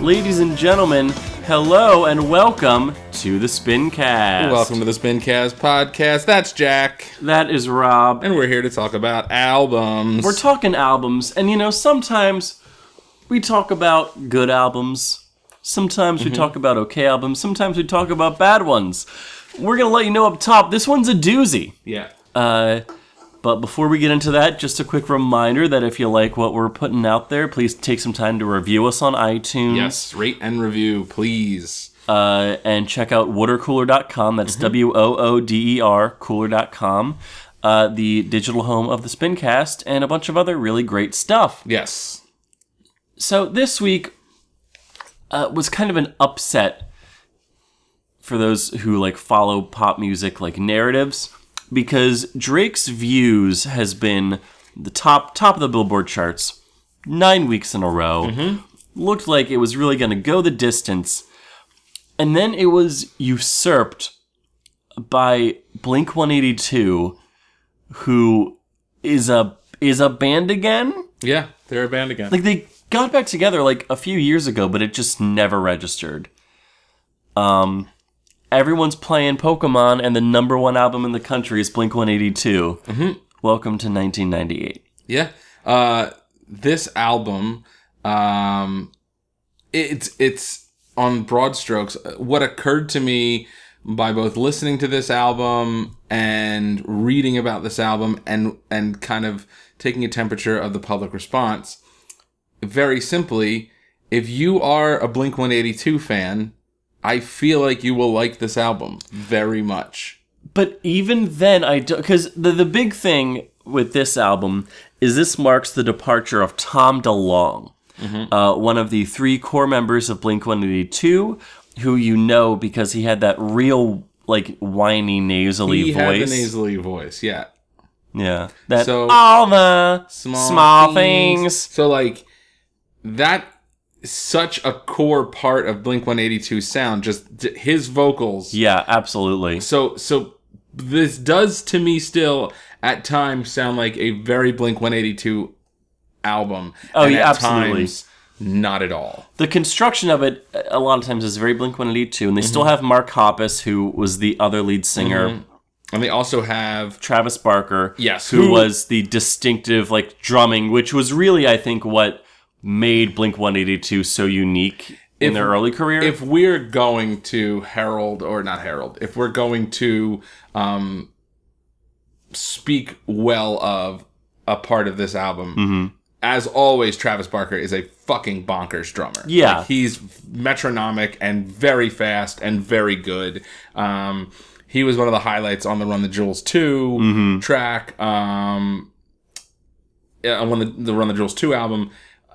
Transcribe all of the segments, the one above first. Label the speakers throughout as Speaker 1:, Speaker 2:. Speaker 1: Ladies and gentlemen, hello and welcome to the Spincast.
Speaker 2: Welcome to the Spincast podcast. That's Jack,
Speaker 1: That is Rob.
Speaker 2: and we're here to talk about albums.
Speaker 1: We're talking albums, and you know, sometimes we talk about good albums. Sometimes
Speaker 2: Mm-hmm.
Speaker 1: we talk about okay albums. Sometimes we talk about bad ones. We're going to let you know up top, this one's a doozy.
Speaker 2: yeah.
Speaker 1: Uh, but before we get into that, just a quick reminder that if you like what we're putting out there, please take some time to review us on iTunes.
Speaker 2: yes, rate and review, please.
Speaker 1: uh, and check out watercooler.com. That's W O O D E R cooler.com, uh, the digital home of the Spincast, and a bunch of other really great stuff.
Speaker 2: Yes.
Speaker 1: So this week uh, was kind of an upset for those who like follow pop music like narratives because Drake's Views has been the top top of the Billboard charts nine weeks in a row. Looked like it was really going to go the distance, and then it was usurped by Blink One Eighty Two, who is a is a band again
Speaker 2: Yeah, they're a band again.
Speaker 1: like they got back together like a few years ago, but it just never registered. Um, everyone's playing Pokemon, and the number one album in the country is Blink One
Speaker 2: Mm-hmm.
Speaker 1: Welcome to 1998.
Speaker 2: yeah. Uh, this album, um, it's it's on broad strokes what occurred to me by both listening to this album and reading about this album and and kind of taking a temperature of the public response very simply if you are a blink 182 fan i feel like you will like this album very much
Speaker 1: But even then, I do because the the big thing with this album is this marks the departure of Tom DeLonge,
Speaker 2: Mm-hmm.
Speaker 1: uh, one of the three core members of Blink One Eighty Two, who you know because he had that real like whiny nasally
Speaker 2: he
Speaker 1: voice.
Speaker 2: had the nasally voice yeah
Speaker 1: Yeah. That
Speaker 2: So-
Speaker 1: all the small, things.
Speaker 2: So like that such a core part of Blink 182 sound just d- his vocals.
Speaker 1: Yeah, absolutely.
Speaker 2: So so this does to me still at times sound like a very Blink 182 album.
Speaker 1: Oh,
Speaker 2: and
Speaker 1: yeah,
Speaker 2: at
Speaker 1: absolutely.
Speaker 2: times, not at all.
Speaker 1: The construction of it uh, a lot of times is very Blink 182
Speaker 2: Mm-hmm.
Speaker 1: and they still have Mark Hoppus who was the other lead singer,
Speaker 2: And they also have
Speaker 1: Travis Barker,
Speaker 2: Mm-hmm. Yes,
Speaker 1: who,
Speaker 2: who-
Speaker 1: was the distinctive like drumming which was really I think what made Blink 182 so unique in
Speaker 2: If-
Speaker 1: their early career.
Speaker 2: if we're going to herald or not herald if we're going to um speak well of a part of this album
Speaker 1: Mm-hmm.
Speaker 2: as always travis barker is a fucking bonkers drummer
Speaker 1: Yeah.
Speaker 2: Like, he's metronomic and very fast and very good um he was one of the highlights on the run the jewels 2
Speaker 1: Mm-hmm.
Speaker 2: track um yeah, on the, the run the jewels 2 album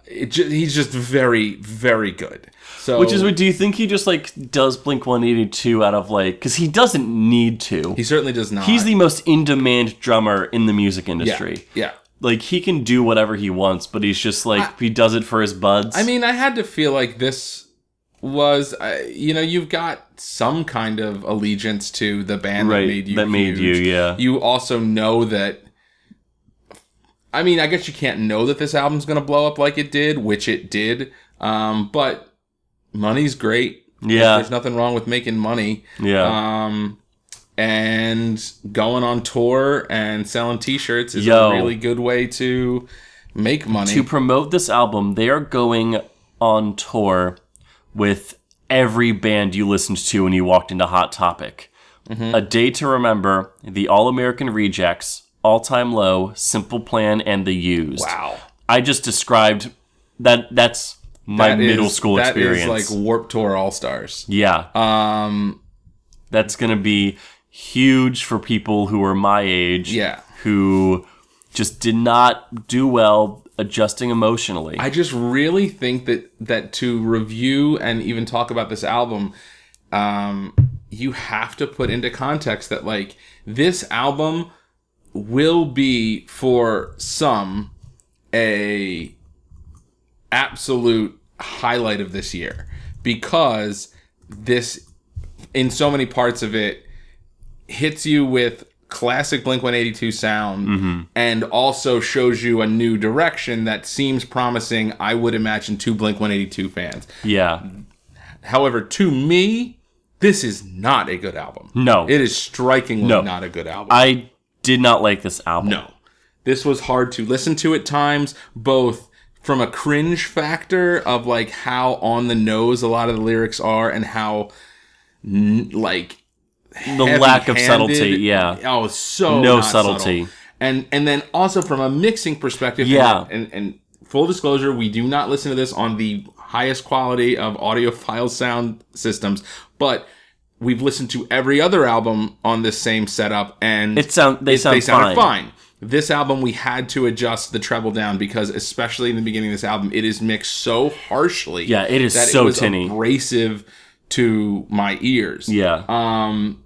Speaker 2: it ju- he's just very very good so
Speaker 1: which is what do you think he just like does Blink 182 out of like cuz he doesn't need to.
Speaker 2: He certainly does not.
Speaker 1: He's the most in-demand drummer in the music
Speaker 2: yeah,
Speaker 1: industry.
Speaker 2: Yeah.
Speaker 1: like he can do whatever he wants, but he's just like he does it for his buds.
Speaker 2: I mean, I had to feel like this was, uh, you know, you've got some kind of allegiance to the band
Speaker 1: Right,
Speaker 2: that made you.
Speaker 1: that made
Speaker 2: huge.
Speaker 1: you, yeah.
Speaker 2: You also know that. I mean, I guess you can't know that this album's going to blow up like it did, which it did. Um, but money's great.
Speaker 1: yeah,
Speaker 2: There's nothing wrong with making money.
Speaker 1: yeah,
Speaker 2: Um, and going on tour and selling T-shirts is
Speaker 1: Yo.
Speaker 2: a really good way to make money.
Speaker 1: to promote this album, they are going on tour with every band you listened to when you walked into Hot Topic.
Speaker 2: Mm-hmm.
Speaker 1: A Day to Remember, The All American Rejects, All Time Low, Simple Plan, and The Used.
Speaker 2: wow,
Speaker 1: I just described that. That's my
Speaker 2: That
Speaker 1: middle
Speaker 2: is-
Speaker 1: school
Speaker 2: that is
Speaker 1: experience.
Speaker 2: like Warp Tour All Stars.
Speaker 1: yeah,
Speaker 2: Um,
Speaker 1: that's going to be huge for people who are my age
Speaker 2: Yeah.
Speaker 1: who just did not do well adjusting emotionally
Speaker 2: I just really think that that to review and even talk about this album, um, you have to put into context that like this album will be for some a absolute highlight of this year because this in so many parts of it hits you with classic Blink 182 sound
Speaker 1: Mm-hmm.
Speaker 2: and also shows you a new direction that seems promising, I would imagine, to Blink 182 fans.
Speaker 1: Yeah.
Speaker 2: However, to me, this is not a good album.
Speaker 1: No.
Speaker 2: It is strikingly
Speaker 1: No.
Speaker 2: not a good album.
Speaker 1: I did not like this album.
Speaker 2: No. This was hard to listen to at times, both from a cringe factor of like how on the nose a lot of the lyrics are and how n- like
Speaker 1: The lack of
Speaker 2: heavy-handed-
Speaker 1: subtlety. Yeah.
Speaker 2: Oh, so
Speaker 1: No
Speaker 2: not subtle.
Speaker 1: subtlety.
Speaker 2: And and then also from a mixing perspective.
Speaker 1: Yeah.
Speaker 2: And, and and full disclosure, we do not listen to this on the highest quality of audiophile sound systems, but we've listened to every other album on this same setup, and
Speaker 1: It sound they sound
Speaker 2: they sounded
Speaker 1: fine.
Speaker 2: fine. This album, we had to adjust the treble down because, especially in the beginning of this album, it is mixed so harshly.
Speaker 1: Yeah, it is
Speaker 2: that
Speaker 1: so
Speaker 2: it was
Speaker 1: tinny.
Speaker 2: abrasive to my ears.
Speaker 1: Yeah.
Speaker 2: Um,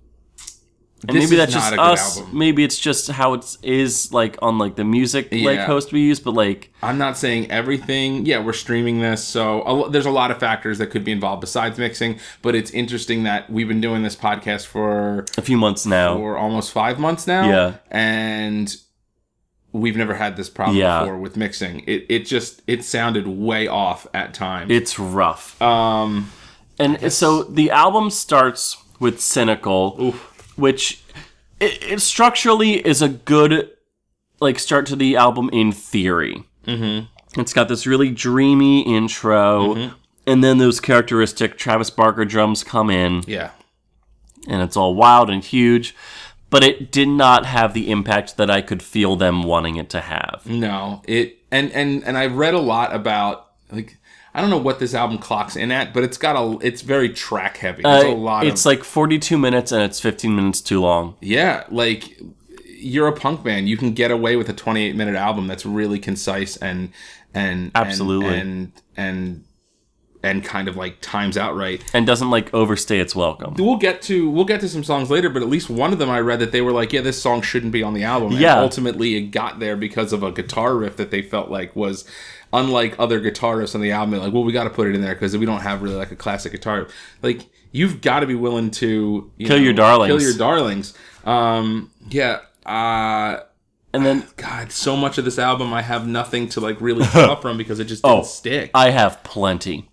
Speaker 1: and
Speaker 2: this
Speaker 1: maybe
Speaker 2: is
Speaker 1: that's
Speaker 2: not
Speaker 1: just
Speaker 2: a good
Speaker 1: us.
Speaker 2: album.
Speaker 1: Maybe it's just how it is like on like the music like
Speaker 2: Yeah.
Speaker 1: host we use, but like
Speaker 2: I'm not saying everything. Yeah, we're streaming this, so a, lo- there's a lot of factors that could be involved besides mixing. But it's interesting that we've been doing this podcast for
Speaker 1: a few months now.
Speaker 2: for almost five months now.
Speaker 1: Yeah.
Speaker 2: And we've never had this problem
Speaker 1: Yeah.
Speaker 2: before with mixing. It it just it sounded way off at times.
Speaker 1: It's rough.
Speaker 2: um
Speaker 1: And so the album starts with Cynical, which it, it structurally is a good like start to the album in theory. Mm-hmm. It's got this really dreamy intro,
Speaker 2: Mm-hmm.
Speaker 1: and then those characteristic Travis Barker drums come in,
Speaker 2: yeah.
Speaker 1: and it's all wild and huge. But it did not have the impact that I could feel them wanting it to have.
Speaker 2: No. It and and and I read a lot about like I don't know what this album clocks in at, but it's got a it's very track heavy. It's a
Speaker 1: Uh,
Speaker 2: lot of
Speaker 1: it's like 42 minutes and it's 15 minutes too long.
Speaker 2: Yeah, like you're a punk band. You can get away with a 28 minute album that's really concise and and
Speaker 1: Absolutely.
Speaker 2: and and and, and kind of like times out right.
Speaker 1: and doesn't like overstay its welcome.
Speaker 2: We'll get to we'll get to some songs later, but at least one of them I read that they were like, yeah, this song shouldn't be on the album. And
Speaker 1: Yeah.
Speaker 2: ultimately, it got there because of a guitar riff that they felt like was unlike other guitar riffs on the album. They're like, well, we got to put it in there because we don't have really like a classic guitar. riff. Like you've got to be willing to you
Speaker 1: Kill your darlings.
Speaker 2: Kill your darlings. Um, yeah. Uh,
Speaker 1: And then
Speaker 2: God, so much of this album I have nothing to like really draw from because it just didn't
Speaker 1: Oh,
Speaker 2: stick.
Speaker 1: I have plenty.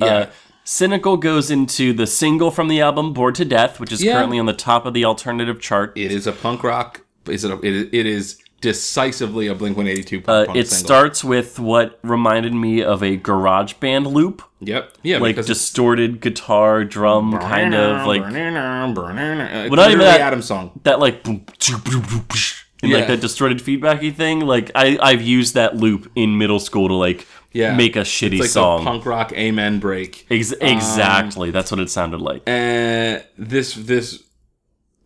Speaker 1: Uh, Cynical goes into the single from the album Bored to Death, which is
Speaker 2: Yeah.
Speaker 1: currently on the top of the alternative chart.
Speaker 2: It is a punk rock. Is it? A, it, it is decisively a Blink One Eighty Two
Speaker 1: Uh,
Speaker 2: punk, punk
Speaker 1: it
Speaker 2: single.
Speaker 1: starts with what reminded me of a garage band loop,
Speaker 2: Yep. Yeah.
Speaker 1: like
Speaker 2: because
Speaker 1: distorted guitar, drum,
Speaker 2: it's-
Speaker 1: kind of like
Speaker 2: It's
Speaker 1: Well, not even
Speaker 2: literally
Speaker 1: that-
Speaker 2: Adam song.
Speaker 1: that, like boom, choo, boom, boom, psh, and
Speaker 2: Yeah.
Speaker 1: like that distorted feedbacky thing. Like I, I've used that loop in middle school to like
Speaker 2: Yeah.
Speaker 1: make a shitty
Speaker 2: It's like a
Speaker 1: song.
Speaker 2: punk rock amen break.
Speaker 1: Ex- exactly, that's what it sounded like.
Speaker 2: And this this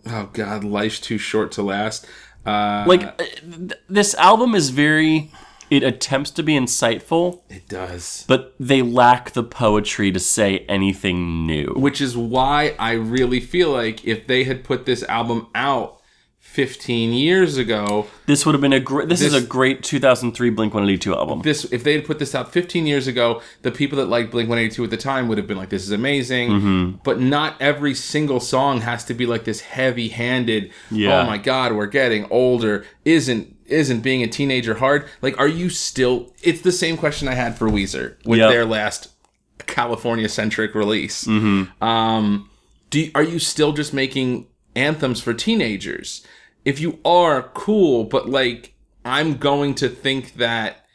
Speaker 2: oh god, life's too short to last. Uh,
Speaker 1: like uh, th- this album is very it attempts to be insightful
Speaker 2: it does.
Speaker 1: but they lack the poetry to say anything new
Speaker 2: Which is why I really feel like if they had put this album out 15 years ago,
Speaker 1: this would have been a great this, is
Speaker 2: This-
Speaker 1: a great 2003 blink 182 album
Speaker 2: this if they had put this out 15 years ago, the people that liked Blink 182 at the time would have been like, "This is amazing."
Speaker 1: Mm-hmm.
Speaker 2: But not every single song has to be like this heavy-handed.
Speaker 1: Yeah.
Speaker 2: Oh my God, we're getting older. Isn't isn't being a teenager hard? Like, are you still? It's the same question I had for Weezer with
Speaker 1: Yep.
Speaker 2: their last California-centric release. Um, do you, are you still just making anthems for teenagers? If you are, cool, but like I'm going to think that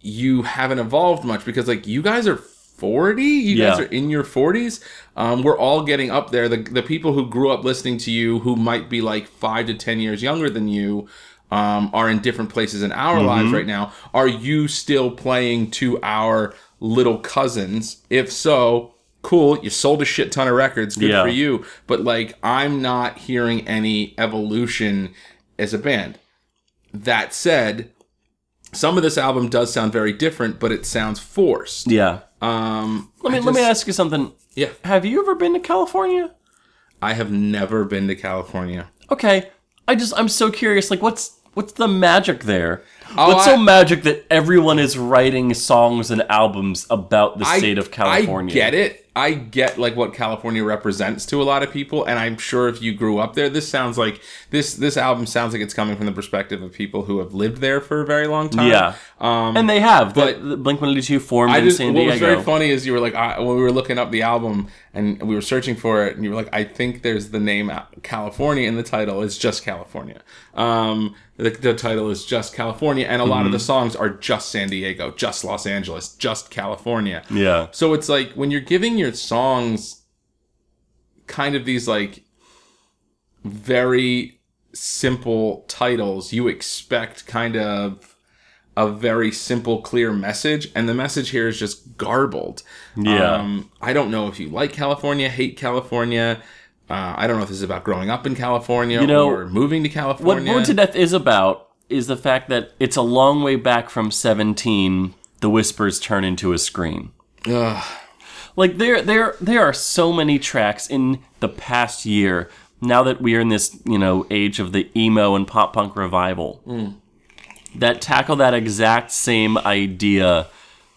Speaker 2: you haven't evolved much because like you guys are 40, you guys
Speaker 1: Yeah.
Speaker 2: are in your 40s. Um, we're all getting up there. The the people who grew up listening to you who might be like 5 to 10 years younger than you um, are in different places in our lives right now. Are you still playing to our little cousins? If so, cool, you sold a shit ton of records. Good
Speaker 1: Yeah.
Speaker 2: for you. But like, I'm not hearing any evolution as a band. That said, some of this album does sound very different, but it sounds forced.
Speaker 1: yeah
Speaker 2: Um,
Speaker 1: let me let me ask you something
Speaker 2: yeah,
Speaker 1: have you ever been to california
Speaker 2: I have never been to California.
Speaker 1: okay i just i'm so curious like what's what's the magic there
Speaker 2: Oh,
Speaker 1: what's so
Speaker 2: I-
Speaker 1: magic that everyone is writing songs and albums about the
Speaker 2: I-
Speaker 1: state of california
Speaker 2: I get it. I get like what California represents to a lot of people, and I'm sure if you grew up there, this sounds like this this album sounds like it's coming from the perspective of people who have lived there for a very long time.
Speaker 1: Yeah.
Speaker 2: Um,
Speaker 1: and they have. But
Speaker 2: but-
Speaker 1: Blink One Eighty Two formed
Speaker 2: I
Speaker 1: in
Speaker 2: just
Speaker 1: San
Speaker 2: what was
Speaker 1: Diego.
Speaker 2: very funny is you were like I, when we were looking up the album and we were searching for it, and you were like, I think there's the name Al- California in the title. It's just California. Um, the, the title is just California, and a lot of the
Speaker 1: Mhm.
Speaker 2: songs are just San Diego, just Los Angeles, just California.
Speaker 1: yeah.
Speaker 2: So it's like when you're giving your songs kind of these like very simple titles, you expect kind of a very simple, clear message, and the message here is just garbled.
Speaker 1: Yeah.
Speaker 2: Um, I don't know if you like California, hate California. Uh, I don't know if this is about growing up in California
Speaker 1: know,
Speaker 2: or moving to
Speaker 1: What
Speaker 2: California.
Speaker 1: Born to Death is about is the fact that it's a long way back from 17. The whispers turn into a scream.
Speaker 2: Ugh.
Speaker 1: Like there, there, there are so many tracks in the past year. Now that we are in this, you know, age of the emo and pop punk revival,
Speaker 2: Mm.
Speaker 1: that tackle that exact same idea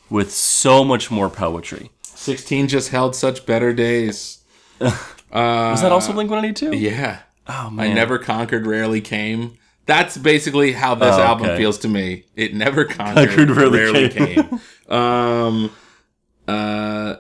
Speaker 1: with so much more poetry.
Speaker 2: 16 just held such better days.
Speaker 1: Is that also Blink One Eighty Two?
Speaker 2: Uh, Yeah.
Speaker 1: Oh
Speaker 2: I
Speaker 1: man,
Speaker 2: never conquered, rarely came. That's basically how this
Speaker 1: Oh,
Speaker 2: album
Speaker 1: okay.
Speaker 2: feels to me. It never conquered, rarely,
Speaker 1: rarely
Speaker 2: came.
Speaker 1: came.
Speaker 2: um, uh,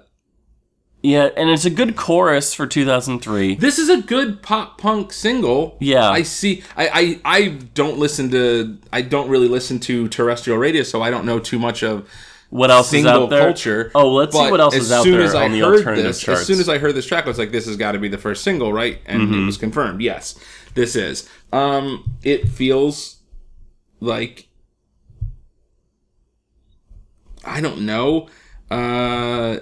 Speaker 1: yeah, and it's a good chorus for 2003.
Speaker 2: this is a good pop punk single.
Speaker 1: Yeah.
Speaker 2: I see. I, I I don't listen to. I don't really listen to terrestrial radio, so I don't know too much of
Speaker 1: What else is
Speaker 2: single
Speaker 1: out there?
Speaker 2: culture.
Speaker 1: Oh, let's see
Speaker 2: But
Speaker 1: what else
Speaker 2: as
Speaker 1: is out
Speaker 2: soon
Speaker 1: there
Speaker 2: as I
Speaker 1: on the
Speaker 2: heard
Speaker 1: alternative
Speaker 2: this,
Speaker 1: charts. Mm-hmm.
Speaker 2: As soon as I heard this track, I was like, "This has got to be the first single, right?" And it was confirmed. Yes, this is. Um, it feels like I don't know. Uh,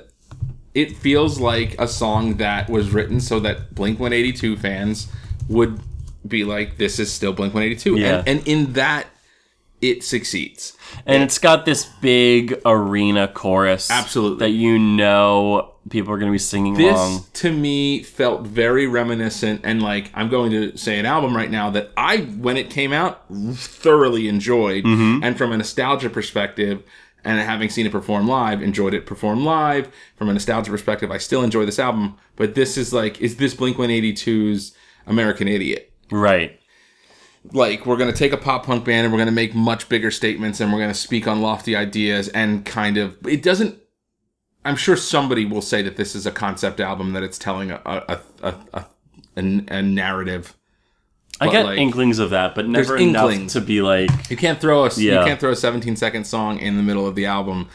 Speaker 2: it feels like a song that was written so that Blink 182 fans would be like, "This is still Blink 182,"
Speaker 1: Yeah.
Speaker 2: and, and in that, it succeeds.
Speaker 1: and it's got this big arena chorus,
Speaker 2: Absolutely.
Speaker 1: that you know people are going to be singing
Speaker 2: This
Speaker 1: along.
Speaker 2: to me felt very reminiscent, and like I'm going to say an album right now that I, when it came out, thoroughly enjoyed, and from a nostalgia perspective, and having seen it perform live, enjoyed it perform live. From a nostalgia perspective, I still enjoy this album, but this is like, is this Blink 182's American Idiot?
Speaker 1: Right.
Speaker 2: Like we're gonna take a pop punk band and we're gonna make much bigger statements, and we're gonna speak on lofty ideas, and kind of it doesn't I'm sure somebody will say that this is a concept album that it's telling a a a, a, a, a narrative.
Speaker 1: I
Speaker 2: But,
Speaker 1: get
Speaker 2: like,
Speaker 1: inklings of that, but never enough
Speaker 2: inklings.
Speaker 1: to be like,
Speaker 2: You can't throw a
Speaker 1: Yeah.
Speaker 2: you can't throw a 17 second song in the middle of the album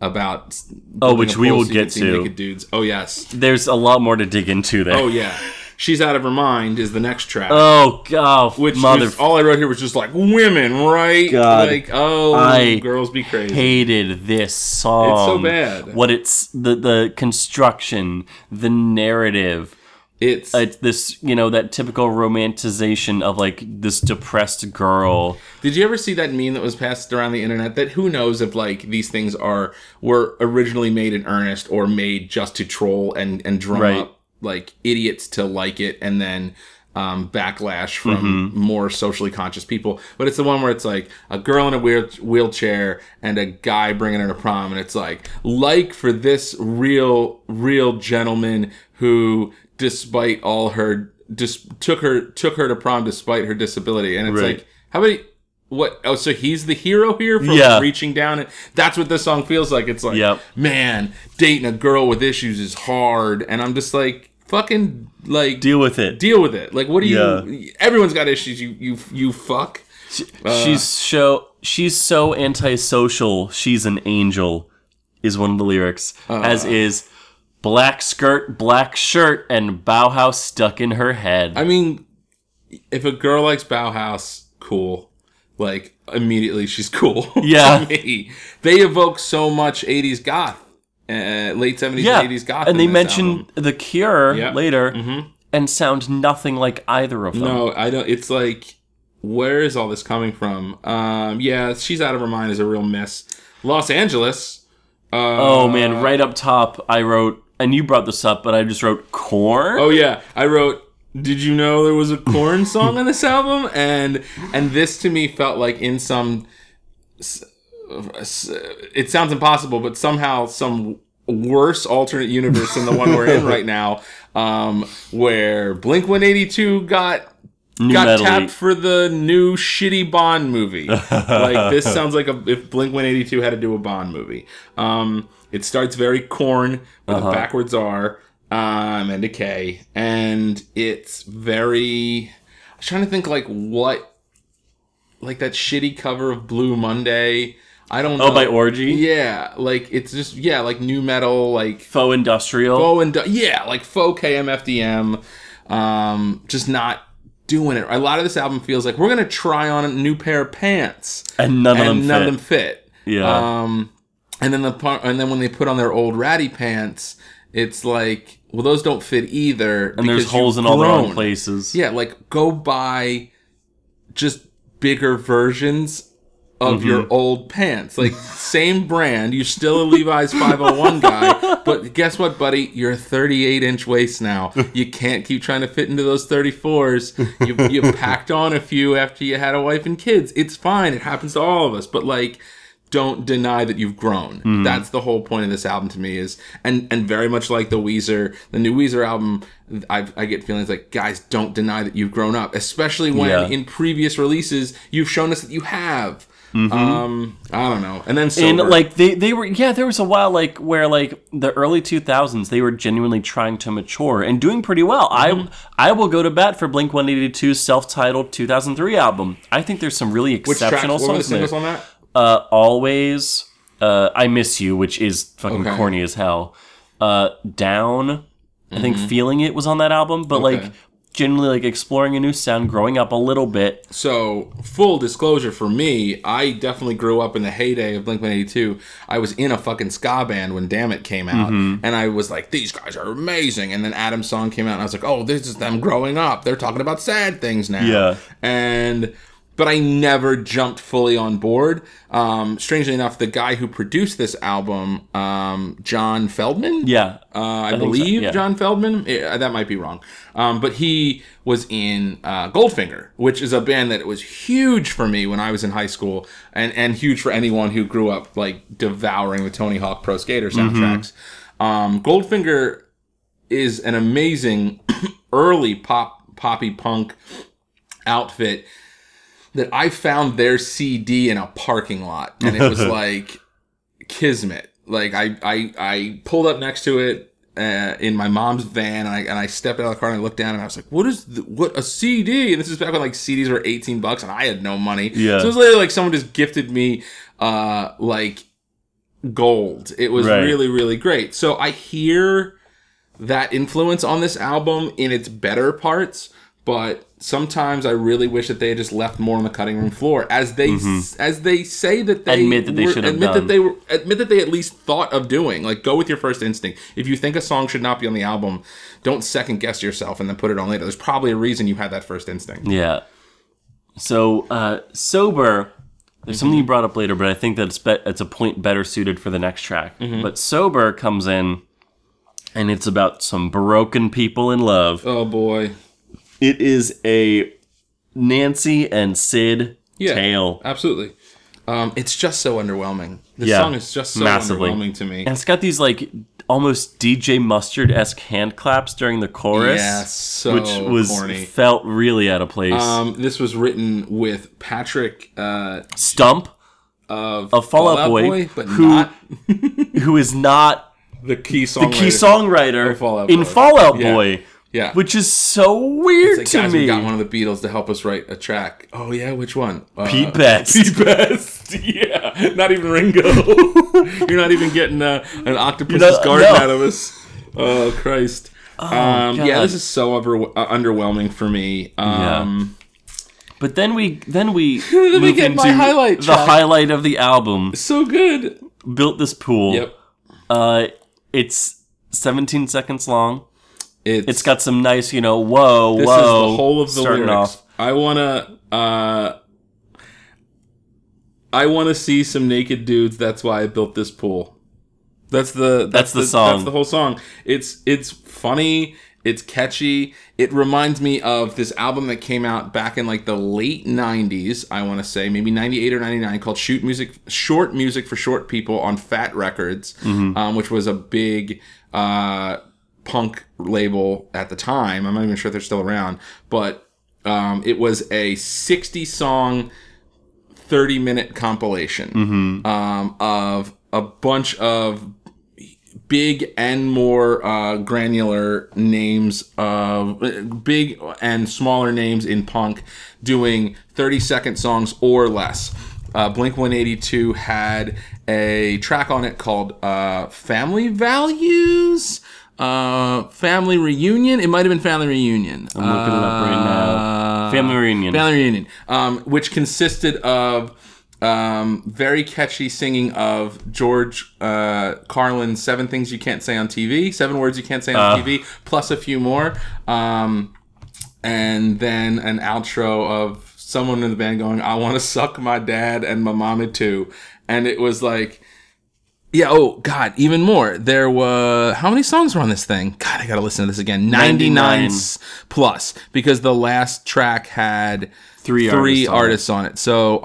Speaker 2: about
Speaker 1: Oh, which
Speaker 2: building a
Speaker 1: we
Speaker 2: pool
Speaker 1: will
Speaker 2: so you can
Speaker 1: get
Speaker 2: see
Speaker 1: to.
Speaker 2: naked dudes. Oh yes.
Speaker 1: there's a lot more to dig into there.
Speaker 2: Oh yeah. She's out of her mind is the next track.
Speaker 1: Oh, God,
Speaker 2: which
Speaker 1: mother
Speaker 2: was- all I wrote here was just like women, right?
Speaker 1: God.
Speaker 2: like oh,
Speaker 1: I
Speaker 2: girls be crazy.
Speaker 1: hated this song.
Speaker 2: It's so bad.
Speaker 1: What it's the the construction, the narrative.
Speaker 2: it's
Speaker 1: It's this you know that typical romanticization of like this depressed girl.
Speaker 2: Did you ever see that meme that was passed around the internet that who knows if like these things are were originally made in earnest or made just to troll and and drum
Speaker 1: Right.
Speaker 2: up like idiots to like it and then um, backlash from
Speaker 1: Mm-hmm.
Speaker 2: more socially conscious people, but it's the one where it's like a girl in a wheel- wheelchair and a guy bringing her to prom, and it's like like for this real real gentleman who, despite all her, dis- took her took her to prom despite her disability, and it's
Speaker 1: Right.
Speaker 2: like how many? What? Oh, so he's the hero here for
Speaker 1: Yeah.
Speaker 2: reaching down. And that's what this song feels like. It's like,
Speaker 1: Yep.
Speaker 2: man, dating a girl with issues is hard, and I'm just like, fucking, like, deal,
Speaker 1: Deal with it.
Speaker 2: with it. Like, what do you? Everyone's got issues. You, you, you fuck. Uh,
Speaker 1: she's so she's so antisocial. She's an angel, is one of the lyrics.
Speaker 2: Uh.
Speaker 1: as is black skirt, black shirt, and Bauhaus stuck in her head.
Speaker 2: I mean, if a girl likes Bauhaus, cool. Like immediately, she's cool.
Speaker 1: Yeah.
Speaker 2: to me. They evoke so much '80s goth, uh, late '70s,
Speaker 1: yeah,
Speaker 2: and '80s goth,
Speaker 1: and
Speaker 2: in
Speaker 1: they
Speaker 2: this
Speaker 1: mention
Speaker 2: album.
Speaker 1: the Cure
Speaker 2: Yeah. Mm-hmm.
Speaker 1: later, and sound nothing like either of them.
Speaker 2: No, I don't. It's like, where is all this coming from? Um, yeah, she's out of her mind is a real mess. Los Angeles. Uh,
Speaker 1: Oh man, right up top, I wrote, and you brought this up, but I just wrote corn.
Speaker 2: Oh yeah, I wrote. Did you know there was a corn song on this album? And and this to me felt like in some. s- s- It sounds impossible, but somehow some worse alternate universe than the one we're in right now, um, where Blink 182 got
Speaker 1: New
Speaker 2: got
Speaker 1: metal.
Speaker 2: tapped for the new shitty Bond movie. like this sounds like a, if Blink 182 had to do a Bond movie. Um, it starts very corn with
Speaker 1: Uh-huh.
Speaker 2: a backwards R um, and a K, and it's very. I was trying to think like what, like that shitty cover of Blue Monday. I don't.
Speaker 1: Oh,
Speaker 2: know.
Speaker 1: by Orgy?
Speaker 2: Yeah, like it's just yeah, like new metal, like
Speaker 1: Faux industrial.
Speaker 2: faux and yeah, like faux KMFDM. Um, just not doing it. A lot of this album feels like we're gonna try on a new pair of pants,
Speaker 1: and none of
Speaker 2: and
Speaker 1: them
Speaker 2: none
Speaker 1: fit.
Speaker 2: of them fit.
Speaker 1: Yeah.
Speaker 2: Um, and then the par- and then when they put on their old ratty pants, it's like well those don't fit either.
Speaker 1: and there's holes in all the wrong places.
Speaker 2: Yeah, like go buy just bigger versions of your old pants. Like same brand, you're still a Levi's 501 guy, but guess what, buddy? You're a 38 inch waist now. You can't keep trying to fit into those 34s. You, you packed on a few after you had a wife and kids. It's fine. It happens to all of us. But like, don't deny that you've grown. That's the whole point of this album to me is, and and very much like the Weezer, the new Weezer album, I I get feelings like guys don't deny that you've grown up, especially when
Speaker 1: Yeah.
Speaker 2: in previous releases you've shown us that you have. Um, I don't know, and then
Speaker 1: And
Speaker 2: sober.
Speaker 1: Mm-hmm. like they, they were yeah there was a while like where like the early 2000s they were genuinely trying to mature and doing pretty well
Speaker 2: Mm-hmm.
Speaker 1: i i will go to bat for blink 182's self-titled 2003 album i think there's some really
Speaker 2: which tracks?
Speaker 1: exceptional
Speaker 2: What were the
Speaker 1: songs in
Speaker 2: singles
Speaker 1: there
Speaker 2: on that?
Speaker 1: uh always uh i miss you which is fucking
Speaker 2: Okay.
Speaker 1: corny as hell uh down i think feeling it was on that album but
Speaker 2: Mm-hmm. Okay.
Speaker 1: like generally like exploring a new sound growing up a little bit
Speaker 2: So, full disclosure for me, I definitely grew up in the heyday of Blink 182. I was in a fucking ska band when Damn It came out,
Speaker 1: Mm-hmm.
Speaker 2: and I was like, these guys are amazing. And then Adam's song came out, and I was like, oh, this is them growing up. They're talking about sad things now.
Speaker 1: Yeah.
Speaker 2: And. But I never jumped fully on board. Um, strangely enough, the guy who produced this album, um, John Feldman,
Speaker 1: yeah
Speaker 2: uh, I,
Speaker 1: so,
Speaker 2: believe
Speaker 1: yeah.
Speaker 2: John Feldman. Eh, that might be wrong, um, but he was in uh, Goldfinger, which is a band that was huge for me when I was in high school, and and huge for anyone who grew up like devouring the Tony Hawk Pro Skater
Speaker 1: Mm-hmm.
Speaker 2: soundtracks. Um, Goldfinger is an amazing early pop poppy punk outfit that I found their CD in a parking lot, and it was like kismet. Like I, I, I pulled up next to it uh, in my mom's van, and I, and I stepped out of the car and I looked down, and I was like, "What is the, what a CD?" And this is back when like CDs were eighteen bucks, and I had no money.
Speaker 1: Yeah.
Speaker 2: So it was literally like someone just gifted me, uh, like gold. It was
Speaker 1: Right.
Speaker 2: really, really great. So I hear that influence on this album in its better parts but sometimes i really wish that they had just left more on the cutting room floor as they as they say that they
Speaker 1: Mm-hmm. Admit that they
Speaker 2: were-
Speaker 1: should have
Speaker 2: admit
Speaker 1: done.
Speaker 2: that they were admit that they at least thought of doing like go with your first instinct if you think a song should not be on the album don't second guess yourself and then put it on later there's probably a reason you had that first instinct
Speaker 1: Yeah. So uh, sober. There's something you
Speaker 2: Mm-hmm.
Speaker 1: brought up later, but I think that's be- it's a point better suited for the next track.
Speaker 2: Mm-hmm.
Speaker 1: But sober comes in, and it's about some broken people in love.
Speaker 2: oh boy
Speaker 1: It is a Nancy and Sid
Speaker 2: Yeah.
Speaker 1: tale,
Speaker 2: absolutely um, it's just so underwhelming this
Speaker 1: Yeah.
Speaker 2: song is just so
Speaker 1: Massively.
Speaker 2: underwhelming to me
Speaker 1: and it's got these like almost DJ Mustard esque hand claps during the chorus,
Speaker 2: yeah so
Speaker 1: which was
Speaker 2: corny
Speaker 1: felt really out of place.
Speaker 2: Um, this was written with Patrick uh,
Speaker 1: Stump,
Speaker 2: of,
Speaker 1: Of Fall Out Boy,
Speaker 2: but
Speaker 1: who-
Speaker 2: not
Speaker 1: who is not
Speaker 2: the key songwriter.
Speaker 1: key songwriter
Speaker 2: Fall Out
Speaker 1: in
Speaker 2: Boy.
Speaker 1: Fallout
Speaker 2: Yeah.
Speaker 1: Boy,
Speaker 2: Yeah.
Speaker 1: which is so weird
Speaker 2: Like,
Speaker 1: to
Speaker 2: guys,
Speaker 1: me.
Speaker 2: we got one of the Beatles to help us write a track. Oh yeah, which one? Uh,
Speaker 1: Pete Best.
Speaker 2: Pete Best. Yeah, not even Ringo. You're not even getting uh, an octopus's
Speaker 1: You're not-
Speaker 2: garden
Speaker 1: no.
Speaker 2: out of us. Oh Christ. um, yeah,
Speaker 1: God.
Speaker 2: this is so over- uh, underwhelming for me. Um,
Speaker 1: But then we then we
Speaker 2: Then we
Speaker 1: move
Speaker 2: get
Speaker 1: into
Speaker 2: my highlight
Speaker 1: the
Speaker 2: track.
Speaker 1: highlight of the album.
Speaker 2: So good.
Speaker 1: Built this pool.
Speaker 2: Yep.
Speaker 1: Uh, it's 17 seconds long.
Speaker 2: It's,
Speaker 1: It's got some nice, you know, whoa,
Speaker 2: This
Speaker 1: whoa.
Speaker 2: is the whole of the
Speaker 1: starting
Speaker 2: lyrics.
Speaker 1: off.
Speaker 2: I wanna, uh, I wanna see some naked dudes. That's why I built this pool. That's the that's,
Speaker 1: the song.
Speaker 2: That's the whole song. It's it's funny. It's catchy. It reminds me of this album that came out back in like the late 90s, I want to say, maybe 98 or 99, called Shoot Music, Short Music for Short People on Fat Records, um, which was a big uh, punk label at the time. I'm not even sure if they're still around, but um, it was a 60 song, 30 minute compilation
Speaker 1: Mm-hmm.
Speaker 2: um, of a bunch of big and more uh, granular names of uh, big and smaller names in punk doing 30 second songs or less. Uh, Blink 182 had a track on it called uh, Family Values. Uh, family reunion. It might have been family reunion. Uh,
Speaker 1: I'm looking it up right now. Family reunion.
Speaker 2: Family Reunion, um, which consisted of um, very catchy singing of George uh, Carlin's Seven Things You Can't Say on TV, Seven Words You Can't Say on TV, plus a few more. Um, and then an outro of someone in the band going, I want to suck my dad and my mama too. And it was like, yeah, oh God, even more. There were how many songs were on this thing? God, I gotta listen to this again. 99,
Speaker 1: 99.
Speaker 2: s- plus because the last track had
Speaker 1: Three artists on it.
Speaker 2: artists on it. So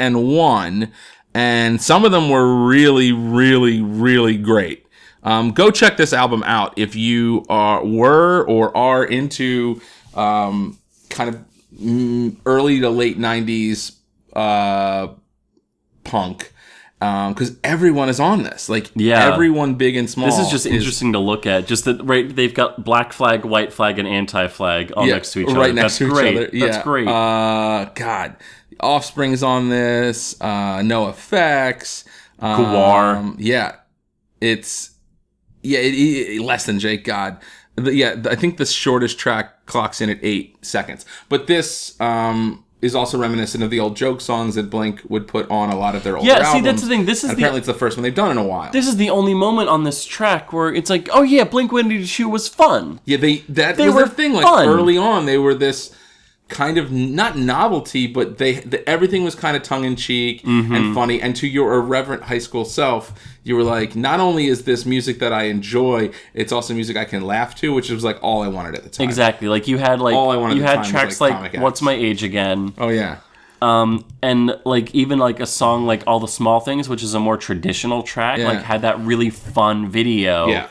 Speaker 2: 101 and some of them were really really really great. Um, go check this album out if you are were or are into um, kind of mm, early to late 90s uh, punk because everyone is on this like
Speaker 1: Yeah.
Speaker 2: everyone big and small
Speaker 1: This is just interesting to look at. Just that, right? They've got black flag, white flag, and anti flag all
Speaker 2: Yeah,
Speaker 1: next to each
Speaker 2: right
Speaker 1: other. That's
Speaker 2: next to each
Speaker 1: great.
Speaker 2: other. Yeah.
Speaker 1: That's great.
Speaker 2: Uh, God, Offspring's on this. Uh, no effects. Um,
Speaker 1: Gawar.
Speaker 2: Yeah, it's yeah, it, it- less than Jake. God, The- yeah, the- I think the shortest track clocks in at eight seconds. But this um, is also reminiscent of the old joke songs that Blink would put on a lot of their older
Speaker 1: yeah.
Speaker 2: albums.
Speaker 1: See, that's the thing. This is
Speaker 2: And
Speaker 1: the
Speaker 2: apparently, it's the first one they've done in a while.
Speaker 1: this is the only moment on this track where it's like, oh yeah, Blink One Eighty Two was fun.
Speaker 2: Yeah, they that
Speaker 1: They
Speaker 2: was
Speaker 1: were
Speaker 2: their thing. Like
Speaker 1: fun.
Speaker 2: early on, they were this kind of not novelty, but they the, everything was kind of tongue in cheek
Speaker 1: Mm-hmm.
Speaker 2: and funny. And to your irreverent high school self, you were like, not only is this music that I enjoy, it's also music I can laugh to, which was like all I wanted at the time.
Speaker 1: Exactly. Like you had like
Speaker 2: All I wanted
Speaker 1: you
Speaker 2: at the time
Speaker 1: had
Speaker 2: was,
Speaker 1: tracks
Speaker 2: like,
Speaker 1: like,
Speaker 2: comic
Speaker 1: "What's
Speaker 2: acts.
Speaker 1: My Age Again,"
Speaker 2: Oh yeah,
Speaker 1: um, and like even like a song like "All the Small Things," which is a more traditional track.
Speaker 2: Yeah.
Speaker 1: Like had that really fun video.
Speaker 2: Yeah.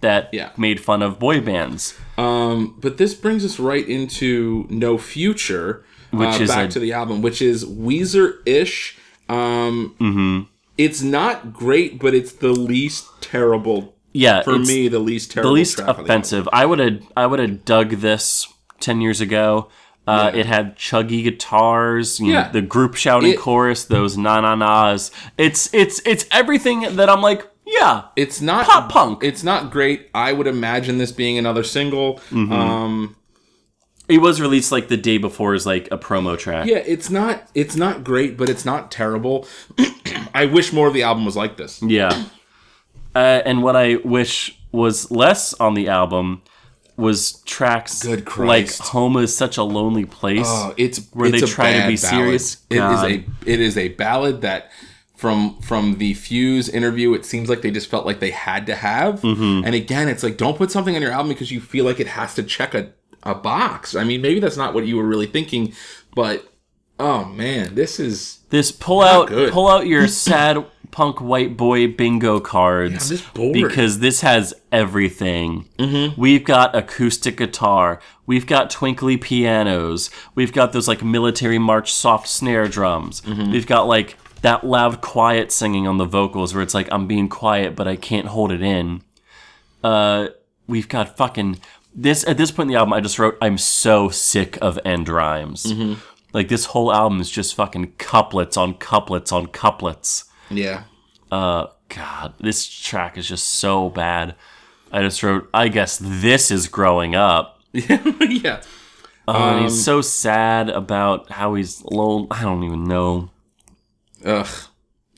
Speaker 1: That
Speaker 2: Yeah.
Speaker 1: made fun of boy bands.
Speaker 2: Um, but this brings us right into No Future,
Speaker 1: Which
Speaker 2: uh,
Speaker 1: is
Speaker 2: back
Speaker 1: a-
Speaker 2: to the album, which is Weezer ish. Um,
Speaker 1: Mm-hmm.
Speaker 2: It's not great, but it's the least terrible.
Speaker 1: Yeah,
Speaker 2: For
Speaker 1: it's-
Speaker 2: me, the least terrible.
Speaker 1: the least
Speaker 2: track on the
Speaker 1: offensive. I would have I would have dug this ten years ago. Uh, It had chuggy guitars, you know,
Speaker 2: Yeah.
Speaker 1: the group shouting
Speaker 2: It-
Speaker 1: chorus, those na na nas. It's it's it's everything that I'm like, yeah,
Speaker 2: it's not
Speaker 1: Pop punk.
Speaker 2: It's not great. I would imagine this being another single. Um,
Speaker 1: It was released like the day before as like a promo track.
Speaker 2: yeah, it's not. It's not great, but it's not terrible. I wish more of the album was like this.
Speaker 1: Yeah. Uh, and what I wish was less on the album was tracks
Speaker 2: Good
Speaker 1: like
Speaker 2: Christ.
Speaker 1: "Home is Such a Lonely Place."
Speaker 2: Oh, it's
Speaker 1: Where
Speaker 2: it's
Speaker 1: they
Speaker 2: a
Speaker 1: try to
Speaker 2: bad
Speaker 1: be serious. God.
Speaker 2: It is a it is a ballad that from from the Fuse interview, it seems like they just felt like they had to have. And again, it's like don't put something on your album because you feel like it has to check a a box. I mean, maybe that's not what you were really thinking, but oh man, this is
Speaker 1: This pull out
Speaker 2: good.
Speaker 1: pull out your sad punk white boy bingo cards
Speaker 2: I'm just bored.
Speaker 1: because this has everything. Mm-hmm. We've got acoustic guitar, we've got twinkly pianos, we've got those like military march soft snare drums, we've got like that loud quiet singing on the vocals where it's like I'm being quiet but I can't hold it in. Uh, we've got fucking this at this point in the album. I just wrote I'm so sick of end rhymes. Like this whole album is just fucking couplets on couplets on couplets.
Speaker 2: yeah.
Speaker 1: Uh, God, this track is just so bad. I just wrote, I guess this is growing up.
Speaker 2: yeah.
Speaker 1: Oh, and
Speaker 2: Um,
Speaker 1: he's so sad about how he's lone. I don't even know.
Speaker 2: Ugh.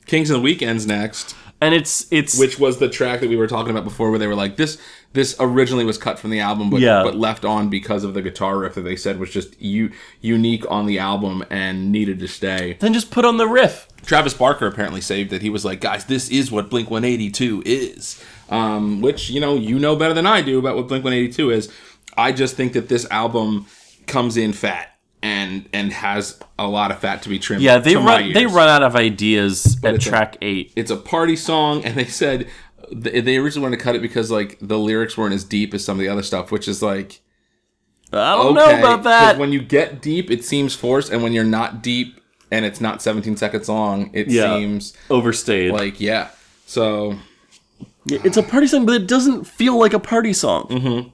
Speaker 2: Kings and the Weekends next.
Speaker 1: And it's it's
Speaker 2: which was the track that we were talking about before, where they were like, "This this originally was cut from the album, but
Speaker 1: Yeah.
Speaker 2: but left on because of the guitar riff that they said was just u- unique on the album and needed to stay."
Speaker 1: then just put on the riff.
Speaker 2: Travis Barker apparently saved it. He was like, "Guys, this is what Blink 182 is," um, which you know you know better than I do about what Blink 182 is. I just think that this album comes in fat and and has a lot of fat to be trimmed.
Speaker 1: Yeah, they
Speaker 2: to my
Speaker 1: run they
Speaker 2: ears.
Speaker 1: run out of ideas at
Speaker 2: it's a-
Speaker 1: track eight.
Speaker 2: It's a party song, and they said they they originally wanted to cut it because like the lyrics weren't as deep as some of the other stuff, which is like
Speaker 1: I don't know about
Speaker 2: 'cause
Speaker 1: that.
Speaker 2: When you get deep, it seems forced, and when you're not deep and it's not 17 seconds long, it
Speaker 1: Yeah.
Speaker 2: seems
Speaker 1: Overstayed.
Speaker 2: like yeah. So
Speaker 1: It's a party song, but it doesn't feel like a party song. Mm-hmm.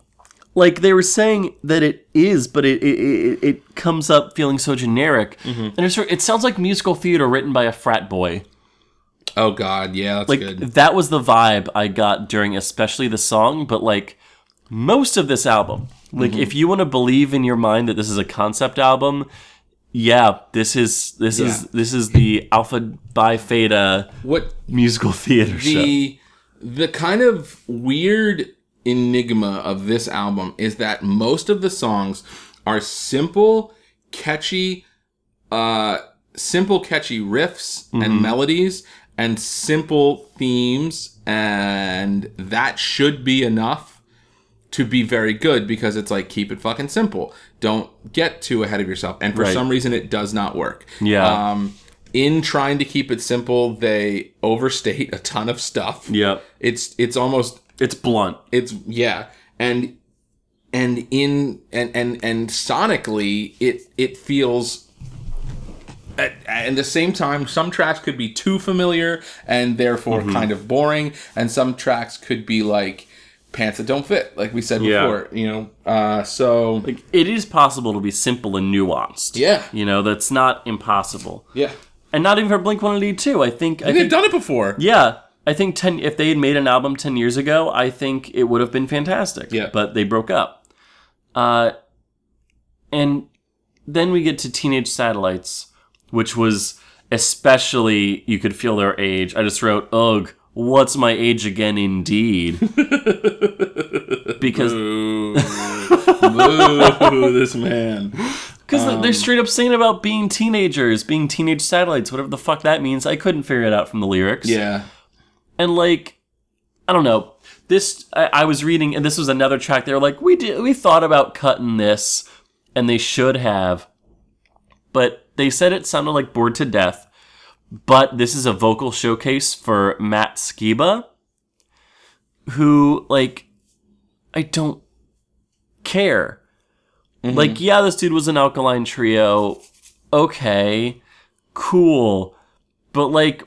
Speaker 1: Like they were saying that it is, but it it, it, it comes up feeling so generic,
Speaker 2: Mm-hmm.
Speaker 1: and it's, it sounds like musical theater written by a frat boy.
Speaker 2: oh god, yeah, that's
Speaker 1: Like
Speaker 2: good.
Speaker 1: that was the vibe I got during, especially the song, but like most of this album. Like
Speaker 2: Mm-hmm.
Speaker 1: if you want to believe in your mind that this is a concept album, yeah, this is this is
Speaker 2: Yeah.
Speaker 1: this is the Alpha by Theta
Speaker 2: What
Speaker 1: musical theater show.
Speaker 2: the the kind of weird enigma of this album is that most of the songs are simple, catchy, uh, simple, catchy riffs
Speaker 1: Mm-hmm.
Speaker 2: and melodies and simple themes, and that should be enough to be very good because it's like keep it fucking simple. Don't get too ahead of yourself, and for
Speaker 1: Right.
Speaker 2: some reason it does not work.
Speaker 1: Yeah.
Speaker 2: Um, in trying to keep it simple, they overstate a ton of stuff.
Speaker 1: Yeah,
Speaker 2: It's it's almost
Speaker 1: it's blunt.
Speaker 2: it's yeah, and and in and and and sonically, it it feels. At, at the same time, some tracks could be too familiar and therefore
Speaker 1: Mm-hmm.
Speaker 2: kind of boring, and some tracks could be like pants that don't fit, like we said
Speaker 1: Yeah.
Speaker 2: before. You know, uh, so
Speaker 1: Like it is possible to be simple and nuanced.
Speaker 2: Yeah.
Speaker 1: you know that's not impossible,
Speaker 2: yeah,
Speaker 1: and not even for Blink One Eighty Two. I think. I
Speaker 2: they've
Speaker 1: think.
Speaker 2: done it before.
Speaker 1: Yeah, I think ten. If they had made an album ten years ago, I think it would have been fantastic.
Speaker 2: Yeah.
Speaker 1: but they broke up. Uh, and then we get to Teenage Satellites, which was especially you could feel their age. I just wrote, "Ugh, what's my age again?" Indeed, because
Speaker 2: Boo. Boo, this man.
Speaker 1: Because they're straight up singing about being teenagers, being teenage satellites, whatever the fuck that means. I couldn't figure it out from the lyrics.
Speaker 2: Yeah.
Speaker 1: And like, I don't know. This I, I was reading, and this was another track. They were like, we did, we thought about cutting this, and they should have, but they said it sounded like bored to death. But this is a vocal showcase for Matt Skiba, who like, I don't care. Like, yeah, this dude was an alkaline trio. Okay, cool. But like,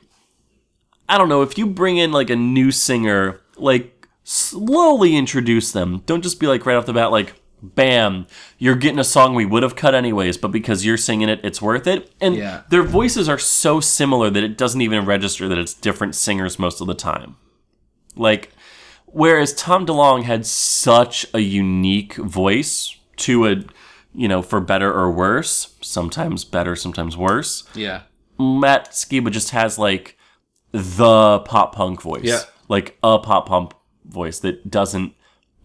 Speaker 1: I don't know, if you bring in like a new singer, like slowly introduce them. Don't just be like right off the bat, like, bam, you're getting a song we would have cut anyways, but because you're singing it, it's worth it. And
Speaker 2: Yeah.
Speaker 1: their voices are so similar that it doesn't even register that it's different singers most of the time. Like, whereas Tom DeLonge had such a unique voice to a, you know, for better or worse, sometimes better, sometimes worse.
Speaker 2: Yeah.
Speaker 1: Matt Skiba just has like the pop punk voice.
Speaker 2: Yeah.
Speaker 1: Like a pop punk voice that doesn't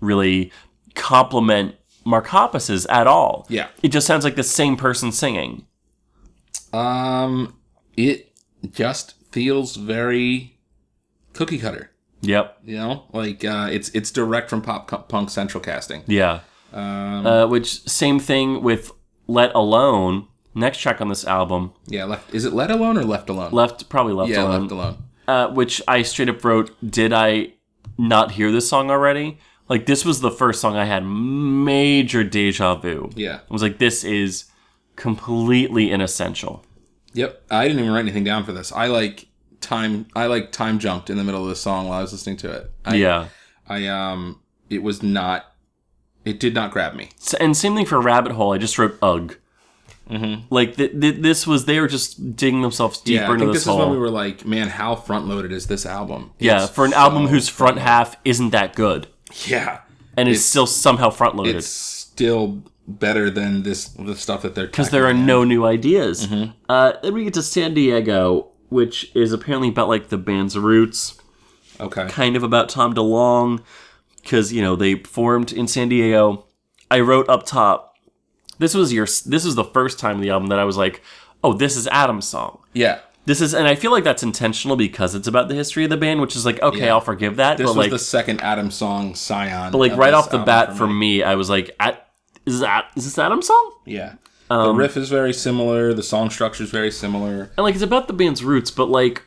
Speaker 1: really complement Mark Hoppus's at all.
Speaker 2: Yeah.
Speaker 1: It just sounds like the same person singing.
Speaker 2: Um it just feels very cookie cutter,
Speaker 1: Yep.
Speaker 2: you know? Like uh it's it's direct from pop cu- punk central casting.
Speaker 1: Yeah.
Speaker 2: Um
Speaker 1: Uh, which same thing with Let Alone, next track on this album.
Speaker 2: yeah, left is it let alone or left alone?
Speaker 1: Left probably Left
Speaker 2: yeah,
Speaker 1: Alone.
Speaker 2: left alone.
Speaker 1: uh, which I straight up wrote, did I not hear this song already? Like this was the first song I had major deja vu.
Speaker 2: Yeah.
Speaker 1: I was like, this is completely inessential.
Speaker 2: Yep. I didn't even write anything down for this. I like time I like time jumped in the middle of the song while I was listening to it. I,
Speaker 1: yeah.
Speaker 2: I um it was not it did not grab me.
Speaker 1: S- and same thing for Rabbit Hole. I just wrote ugh. Like th- th- this was they were just digging themselves deeper
Speaker 2: Mm-hmm. Yeah, I
Speaker 1: into
Speaker 2: think
Speaker 1: this,
Speaker 2: this is
Speaker 1: hole.
Speaker 2: when we were like, man, how front loaded is this album?
Speaker 1: yeah,
Speaker 2: It's
Speaker 1: for an
Speaker 2: so-
Speaker 1: album whose front half isn't that good
Speaker 2: yeah,
Speaker 1: and is still somehow front loaded.
Speaker 2: it's still better than this the stuff that they're
Speaker 1: because there are no new ideas.
Speaker 2: Mm-hmm.
Speaker 1: Uh, then we get to San Diego, which is apparently about like the band's roots,
Speaker 2: okay.
Speaker 1: kind of about Tom DeLonge, because you know they formed in San Diego. I wrote up top. This was your. This was the first time in the album that I was like, "Oh, this is Adam's song."
Speaker 2: Yeah,
Speaker 1: This is, and I feel like that's intentional because it's about the history of the band, which is like, okay,
Speaker 2: Yeah.
Speaker 1: I'll forgive that.
Speaker 2: This
Speaker 1: but
Speaker 2: was
Speaker 1: like,
Speaker 2: the second Adam song, Scion.
Speaker 1: but like
Speaker 2: of
Speaker 1: right
Speaker 2: this
Speaker 1: off the
Speaker 2: album
Speaker 1: bat for me, I was like, at, is that is this Adam's song?
Speaker 2: Yeah. the
Speaker 1: um,
Speaker 2: riff is very similar. The song structure is very similar.
Speaker 1: And like, it's about the band's roots, but like,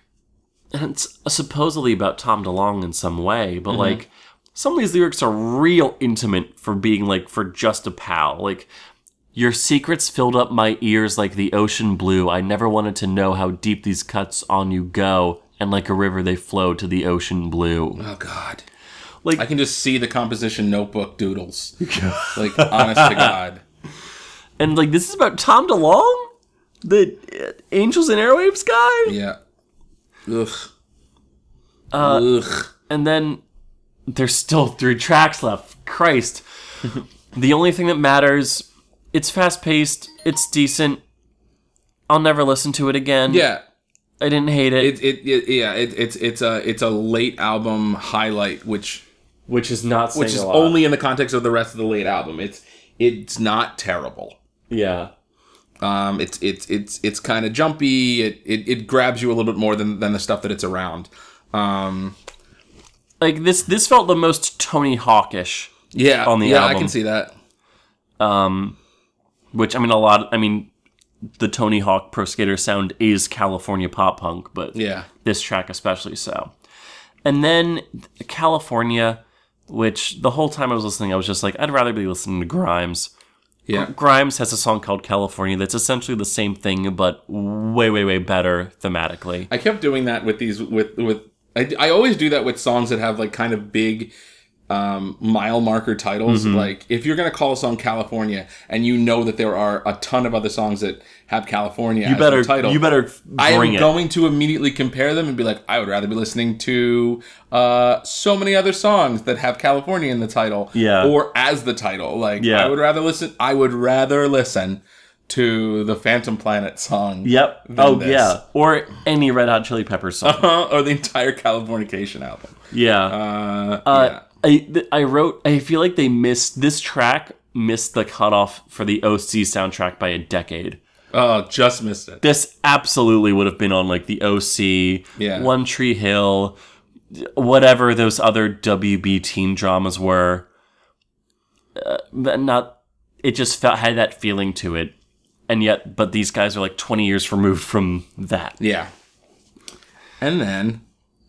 Speaker 1: and it's supposedly about Tom DeLonge in some way, but like, some of these lyrics are real intimate for being like for just a pal. Like, your secrets filled up my ears like the ocean blue. I never wanted to know how deep these cuts on you go, and like a river they flow to the ocean blue.
Speaker 2: Oh God.
Speaker 1: Like-
Speaker 2: I can just see the composition notebook doodles. like honest to God.
Speaker 1: And like, this is about Tom DeLonge, the uh, Angels and Airwaves guy.
Speaker 2: Yeah. Ugh.
Speaker 1: Uh,
Speaker 2: Ugh.
Speaker 1: and then there's still three tracks left. Christ. the only thing that matters, it's fast paced, it's decent. I'll never listen to it again.
Speaker 2: Yeah.
Speaker 1: I didn't hate it,
Speaker 2: It, it, it yeah it, it's it's a it's a late album highlight which
Speaker 1: which is not saying
Speaker 2: which is
Speaker 1: a lot.
Speaker 2: only in the context of the rest of the late album. It's it's not terrible.
Speaker 1: yeah.
Speaker 2: Um, it's it's it's it's kind of jumpy. It, it it grabs you a little bit more than than the stuff that it's around. Um,
Speaker 1: Like this this felt the most Tony Hawkish,
Speaker 2: yeah,
Speaker 1: On the
Speaker 2: yeah, I
Speaker 1: album.
Speaker 2: can see that.
Speaker 1: which I mean a lot I mean the Tony Hawk Pro Skater sound is California pop punk, but
Speaker 2: Yeah,
Speaker 1: this track especially so. And then California, which the whole time I was listening, I was just like, I'd rather be listening to Grimes.
Speaker 2: yeah,
Speaker 1: Grimes has a song called California that's essentially the same thing, but way, way, way better thematically.
Speaker 2: I kept doing that with these with with I, I always do that with songs that have like kind of big um, mile marker titles.
Speaker 1: Mm-hmm.
Speaker 2: Like if you're gonna call a song California and you know that there are a ton of other songs that have California
Speaker 1: You
Speaker 2: as their
Speaker 1: better,
Speaker 2: title,
Speaker 1: you better bring
Speaker 2: I am
Speaker 1: it.
Speaker 2: going to immediately compare them and be like, I would rather be listening to uh, so many other songs that have California in the title,
Speaker 1: Yeah.
Speaker 2: or as the title. Like,
Speaker 1: Yeah.
Speaker 2: I would rather listen. I would rather listen to the Phantom Planet song.
Speaker 1: yep.
Speaker 2: than
Speaker 1: Oh
Speaker 2: this.
Speaker 1: yeah. Or any Red Hot Chili Peppers song.
Speaker 2: or the entire Californication album.
Speaker 1: yeah.
Speaker 2: Uh,
Speaker 1: Uh, I th- I wrote. I feel like they missed this track. Missed the cutoff for the OC soundtrack by a decade.
Speaker 2: yeah. Oh, just missed it.
Speaker 1: this absolutely would have been on like the OC,
Speaker 2: Yeah.
Speaker 1: One Tree Hill, whatever those other WB teen dramas were. Uh, but not it just felt had that feeling to it, and yet, but these guys are like twenty years removed from that.
Speaker 2: Yeah. And then,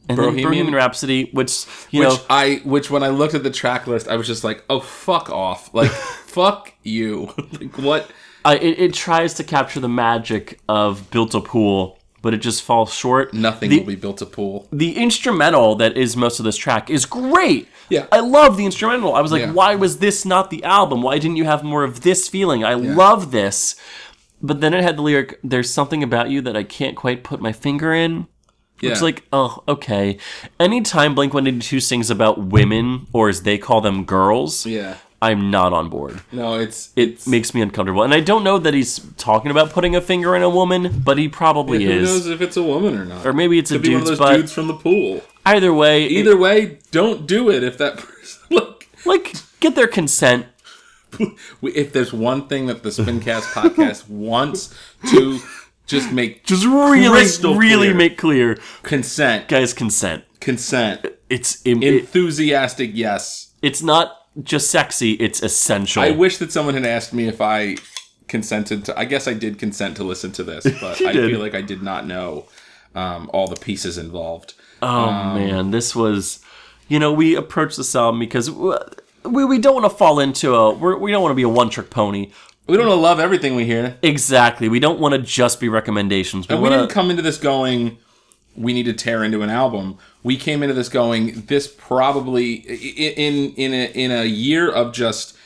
Speaker 1: And Bohemian,
Speaker 2: Bohemian-
Speaker 1: Bohemian Rhapsody, which you
Speaker 2: which
Speaker 1: know,
Speaker 2: I, which when I looked at the track list, I was just like, oh, fuck off. Like, fuck you. like, what?
Speaker 1: I, it, it tries to capture the magic of Built a Pool, but it just falls short.
Speaker 2: Nothing
Speaker 1: The-
Speaker 2: will be built to pool.
Speaker 1: the instrumental that is most of this track is great.
Speaker 2: Yeah.
Speaker 1: I love the instrumental. I was like,
Speaker 2: Yeah.
Speaker 1: why was this not the album? Why didn't you have more of this feeling? I love this. But then it had the lyric, There's something about you that I can't quite put my finger in.
Speaker 2: Yeah.
Speaker 1: It's like, oh, okay. Anytime Blink 182 sings about women, or as they call them, girls,
Speaker 2: yeah.
Speaker 1: I'm not on board.
Speaker 2: No, it's
Speaker 1: It makes me uncomfortable. And I don't know that he's talking about putting a finger in a woman, but he probably
Speaker 2: who
Speaker 1: is.
Speaker 2: knows if it's a woman or not.
Speaker 1: Or maybe it's a
Speaker 2: Could be one of
Speaker 1: dude's
Speaker 2: those
Speaker 1: butt.
Speaker 2: dudes from the pool.
Speaker 1: Either way, it-
Speaker 2: Either way, don't do it if that person like
Speaker 1: like get their consent.
Speaker 2: we- if there's one thing that the Spincast podcast wants to just make
Speaker 1: Just really,
Speaker 2: Crystal
Speaker 1: really
Speaker 2: clear.
Speaker 1: make clear,
Speaker 2: consent,
Speaker 1: guys, consent.
Speaker 2: consent,
Speaker 1: It's im- it-
Speaker 2: enthusiastic yes.
Speaker 1: it's not just sexy; it's essential.
Speaker 2: I wish that someone had asked me if I consented to I guess I did consent to listen to this, but I
Speaker 1: did.
Speaker 2: feel like I did not know um, all the pieces involved.
Speaker 1: oh
Speaker 2: Um,
Speaker 1: man, this was, you know, we approached this album because w- we we don't want to fall into a we're, we don't want to be a one trick pony.
Speaker 2: We don't wanna love everything we hear.
Speaker 1: Exactly, we don't want to just be recommendations. We
Speaker 2: we
Speaker 1: wanna,
Speaker 2: didn't come into this going we need to tear into an album we came into this going this probably i- i- in in a, in a year of just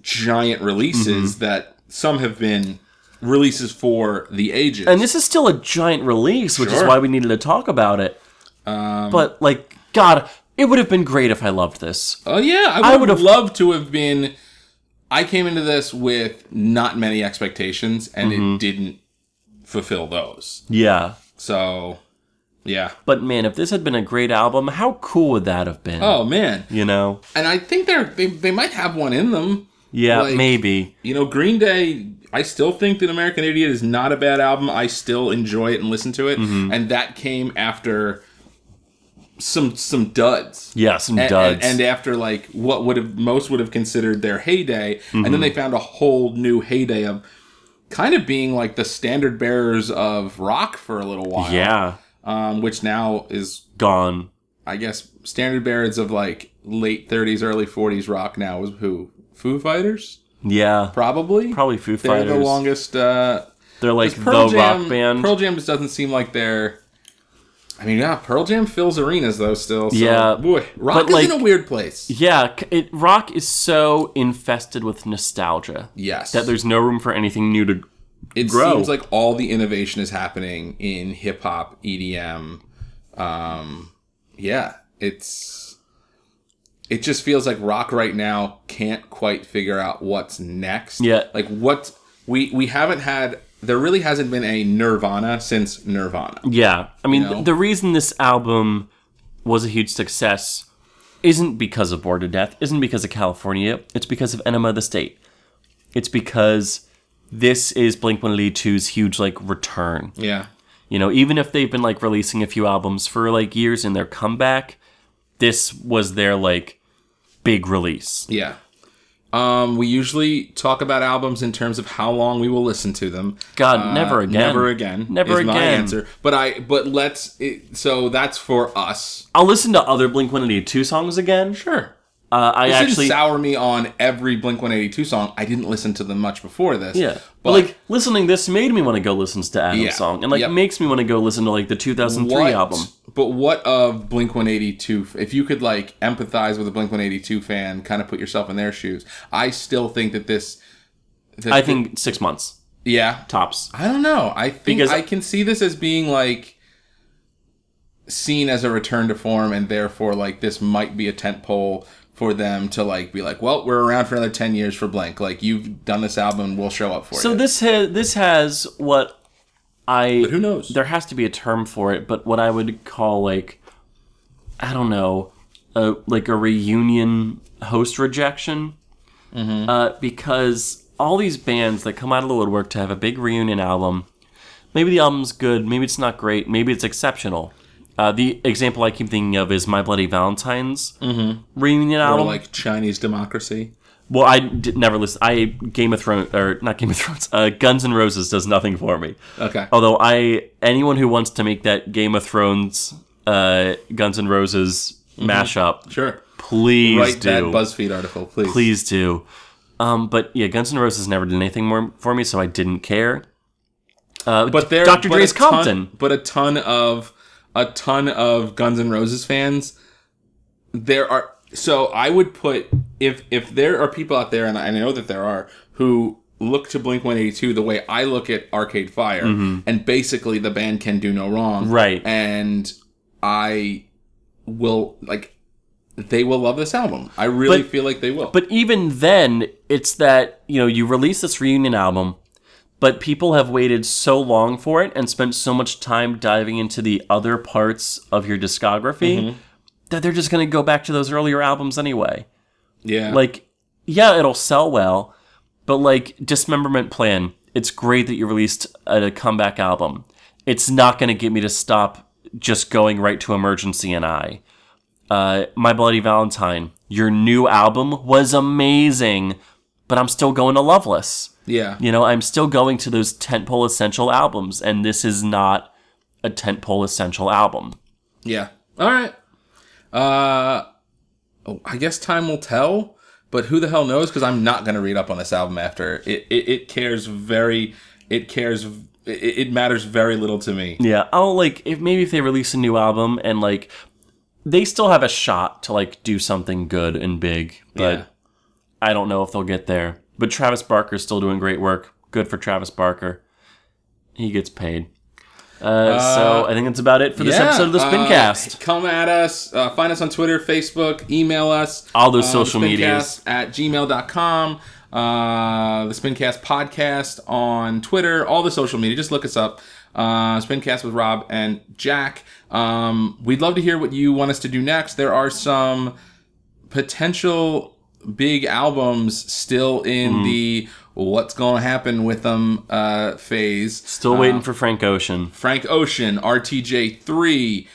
Speaker 2: giant releases
Speaker 1: Mm-hmm.
Speaker 2: that some have been releases for the ages
Speaker 1: and this is still a giant release, which is
Speaker 2: Sure. Um,
Speaker 1: why we needed to talk about it. but like, God, it would have been great if I loved this.
Speaker 2: oh yeah i would have
Speaker 1: would've-
Speaker 2: loved to have been i came into this with not many expectations and
Speaker 1: Mm-hmm.
Speaker 2: it didn't fulfill those
Speaker 1: Yeah,
Speaker 2: so yeah
Speaker 1: But man, if this had been a great album, how cool would that have been?
Speaker 2: oh man
Speaker 1: You know?
Speaker 2: and i think they're they, they might have one in them
Speaker 1: Yeah,
Speaker 2: Like-
Speaker 1: maybe.
Speaker 2: You know, Green Day I still think that American Idiot is not a bad album. I still enjoy it and listen to it.
Speaker 1: Mm-hmm.
Speaker 2: And that came after some some duds.
Speaker 1: Yeah, some
Speaker 2: A-
Speaker 1: duds.
Speaker 2: And, and after like what would have most would have considered their heyday, and
Speaker 1: Mm-hmm.
Speaker 2: then they found a whole new heyday of kind of being like the standard bearers of rock for a little while.
Speaker 1: yeah,
Speaker 2: Um, which now is
Speaker 1: gone.
Speaker 2: I guess standard bearers of like late 30s, early 40s rock now is who Foo Fighters
Speaker 1: Yeah,
Speaker 2: probably.
Speaker 1: probably Foo
Speaker 2: They're
Speaker 1: Fighters.
Speaker 2: the longest. Uh,
Speaker 1: They're like the
Speaker 2: Pearl Jam.
Speaker 1: rock band.
Speaker 2: Pearl Jam just doesn't seem like they're. I mean, yeah, Pearl Jam fills arenas though. Still, so,
Speaker 1: Yeah,
Speaker 2: Boy, rock
Speaker 1: but,
Speaker 2: is in
Speaker 1: like-
Speaker 2: a weird place.
Speaker 1: yeah, c- it, rock is so infested with nostalgia
Speaker 2: Yes,
Speaker 1: that there's no room for anything new to.
Speaker 2: it
Speaker 1: grow.
Speaker 2: seems like all the innovation is happening in hip hop, EDM. Um, yeah, it's it just feels like rock right now can't quite figure out what's next.
Speaker 1: Yeah.
Speaker 2: like what we we haven't had. There really hasn't been a Nirvana since Nirvana.
Speaker 1: Yeah, I mean, th-
Speaker 2: know?
Speaker 1: the reason this album was a huge success isn't because of Bored to Death, isn't because of California. It's because of Enema of the State. It's because this is Blink 182's huge like return.
Speaker 2: Yeah,
Speaker 1: You know, even if they've been like releasing a few albums for like years in their comeback, this was their like big release.
Speaker 2: Yeah. Um, we usually talk about albums in terms of how long we will listen to them.
Speaker 1: God,
Speaker 2: Uh,
Speaker 1: never again.
Speaker 2: Never again.
Speaker 1: Never
Speaker 2: is
Speaker 1: again.
Speaker 2: My answer, but I. But let's. It, so that's for us.
Speaker 1: I'll listen to other Blink 182 songs again.
Speaker 2: Sure.
Speaker 1: Uh, I
Speaker 2: This
Speaker 1: actually.
Speaker 2: didn't sour me on every Blink One Eighty Two song. I didn't listen to them much before this.
Speaker 1: yeah. But
Speaker 2: But,
Speaker 1: like listening this made me want to go listen to Adam's
Speaker 2: Yeah.
Speaker 1: song, and like
Speaker 2: Yep.
Speaker 1: makes me want to go listen to like the 2003
Speaker 2: what,
Speaker 1: album.
Speaker 2: But what of Blink One Eighty Two? If you could like empathize with a Blink One Eighty Two fan, kind of put yourself in their shoes. I still think that this. that-
Speaker 1: I think six months
Speaker 2: Yeah.
Speaker 1: tops.
Speaker 2: I don't know. I think
Speaker 1: Because-
Speaker 2: I can see this as being like seen as a return to form, and therefore like this might be a tent pole for them to like be like, well, we're around for another ten years for blank. Like you've done this album, we'll show up for
Speaker 1: So
Speaker 2: you.
Speaker 1: this has this has what I
Speaker 2: who knows?
Speaker 1: there has to be a term for it, but what I would call like I don't know, a, like a reunion host rejection,
Speaker 2: Mm-hmm.
Speaker 1: uh, because all these bands that come out of the woodwork to have a big reunion album, maybe the album's good, maybe it's not great, maybe it's exceptional. Uh, the example I keep thinking of is My Bloody Valentine's reunion
Speaker 2: or
Speaker 1: album.
Speaker 2: Mm-hmm. like Chinese democracy.
Speaker 1: Well, I did, never listen. I Game of Thrones or not Game of Thrones. Uh, Guns N' Roses does nothing for me.
Speaker 2: Okay.
Speaker 1: Although I anyone who wants to make that Game of Thrones uh, Guns N' Roses mashup,
Speaker 2: sure.
Speaker 1: please
Speaker 2: Mm-hmm. Write that
Speaker 1: do.
Speaker 2: BuzzFeed article, please.
Speaker 1: please do. Um, but yeah, Guns N' Roses never did anything more for me, so I didn't care. Uh,
Speaker 2: But there,
Speaker 1: Dr.
Speaker 2: but a
Speaker 1: Dre's
Speaker 2: ton-
Speaker 1: Compton.
Speaker 2: but a ton of a ton of Guns N' Roses fans. There are so I would put if if there are people out there, and I know that there are who look to Blink One Eighty Two the way I look at Arcade Fire, and basically the band can do no wrong,
Speaker 1: Mm-hmm. Right.
Speaker 2: And I will like they will love this album. I really
Speaker 1: But-
Speaker 2: feel like they will.
Speaker 1: But even then, it's that, you know, you release this reunion album, but people have waited so long for it and spent so much time diving into the other parts of your discography that they're just going to go back to those earlier albums anyway.
Speaker 2: yeah,
Speaker 1: Like, yeah, it'll sell well, but like Dismemberment Plan, it's great that you released a comeback album. It's not going to get me to stop just going right to Emergency and I. Uh, My Bloody Valentine, your new album was amazing, but I'm still going to Loveless.
Speaker 2: yeah,
Speaker 1: You know, I'm still going to those tentpole essential albums, and this is not a tentpole essential album.
Speaker 2: Yeah. All right. Uh, oh, I guess time will tell. But who the hell knows? Because I'm not gonna read up on this album after it. It, it cares very. It cares. It, it matters very little to me.
Speaker 1: Yeah, I'll like if maybe if they release a new album and like they still have a shot to like do something good and big, but
Speaker 2: Yeah.
Speaker 1: I don't know if they'll get there. But Travis Barker's still doing great work. Good for Travis Barker. He gets paid. Uh, so I think that's about it for this
Speaker 2: Yeah,
Speaker 1: episode of the
Speaker 2: uh,
Speaker 1: Spincast.
Speaker 2: come at us. Uh, find us on Twitter, Facebook, email us.
Speaker 1: All those social medias.
Speaker 2: uh, Spincast At gmail.com. Uh, the Spincast podcast on Twitter, all the social media. Just look us up. Uh, Spincast with Rob and Jack. Um, we'd love to hear what you want us to do next. There are
Speaker 1: Mm-hmm.
Speaker 2: some potential big albums still in the what's going to happen with them uh, phase.
Speaker 1: Still waiting for Frank Ocean.
Speaker 2: Frank Ocean, RTJ3.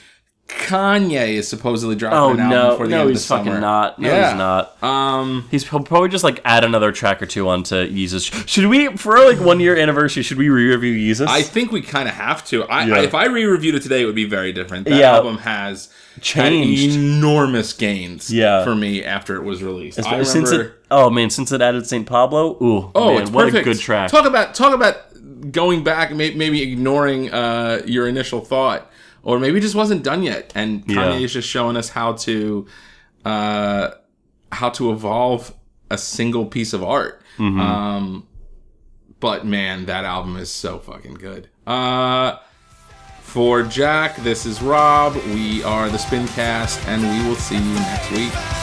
Speaker 2: Kanye is supposedly dropping
Speaker 1: Oh
Speaker 2: an album
Speaker 1: no,
Speaker 2: before the
Speaker 1: no,
Speaker 2: end
Speaker 1: he's
Speaker 2: of the
Speaker 1: fucking
Speaker 2: summer.
Speaker 1: not. No,
Speaker 2: yeah.
Speaker 1: he's not.
Speaker 2: Um,
Speaker 1: He's he'll probably just like add another track or two onto Yeezus. Should we, for our like one year anniversary, should we re-review Yeezus?
Speaker 2: I think we kind of have to. I,
Speaker 1: Yeah.
Speaker 2: I, if I re-reviewed it today, it would be very different. That
Speaker 1: Yeah.
Speaker 2: album has
Speaker 1: Changed.
Speaker 2: had enormous gains.
Speaker 1: Yeah.
Speaker 2: for me after it was released. I
Speaker 1: But since it,
Speaker 2: remember-
Speaker 1: oh man, since it added Saint Pablo, ooh,
Speaker 2: oh,
Speaker 1: man,
Speaker 2: it's
Speaker 1: what
Speaker 2: perfect.
Speaker 1: a good track.
Speaker 2: Talk about talk about going back, may, maybe ignoring uh, your initial thought, or maybe it just wasn't done yet, and
Speaker 1: Yeah.
Speaker 2: Kanye is just showing us how to uh, how to evolve a single piece of art.
Speaker 1: Mm-hmm.
Speaker 2: Um, but man, that album is so fucking good. Uh, for Jack, this is Rob. We are the Spincast, and we will see you next week.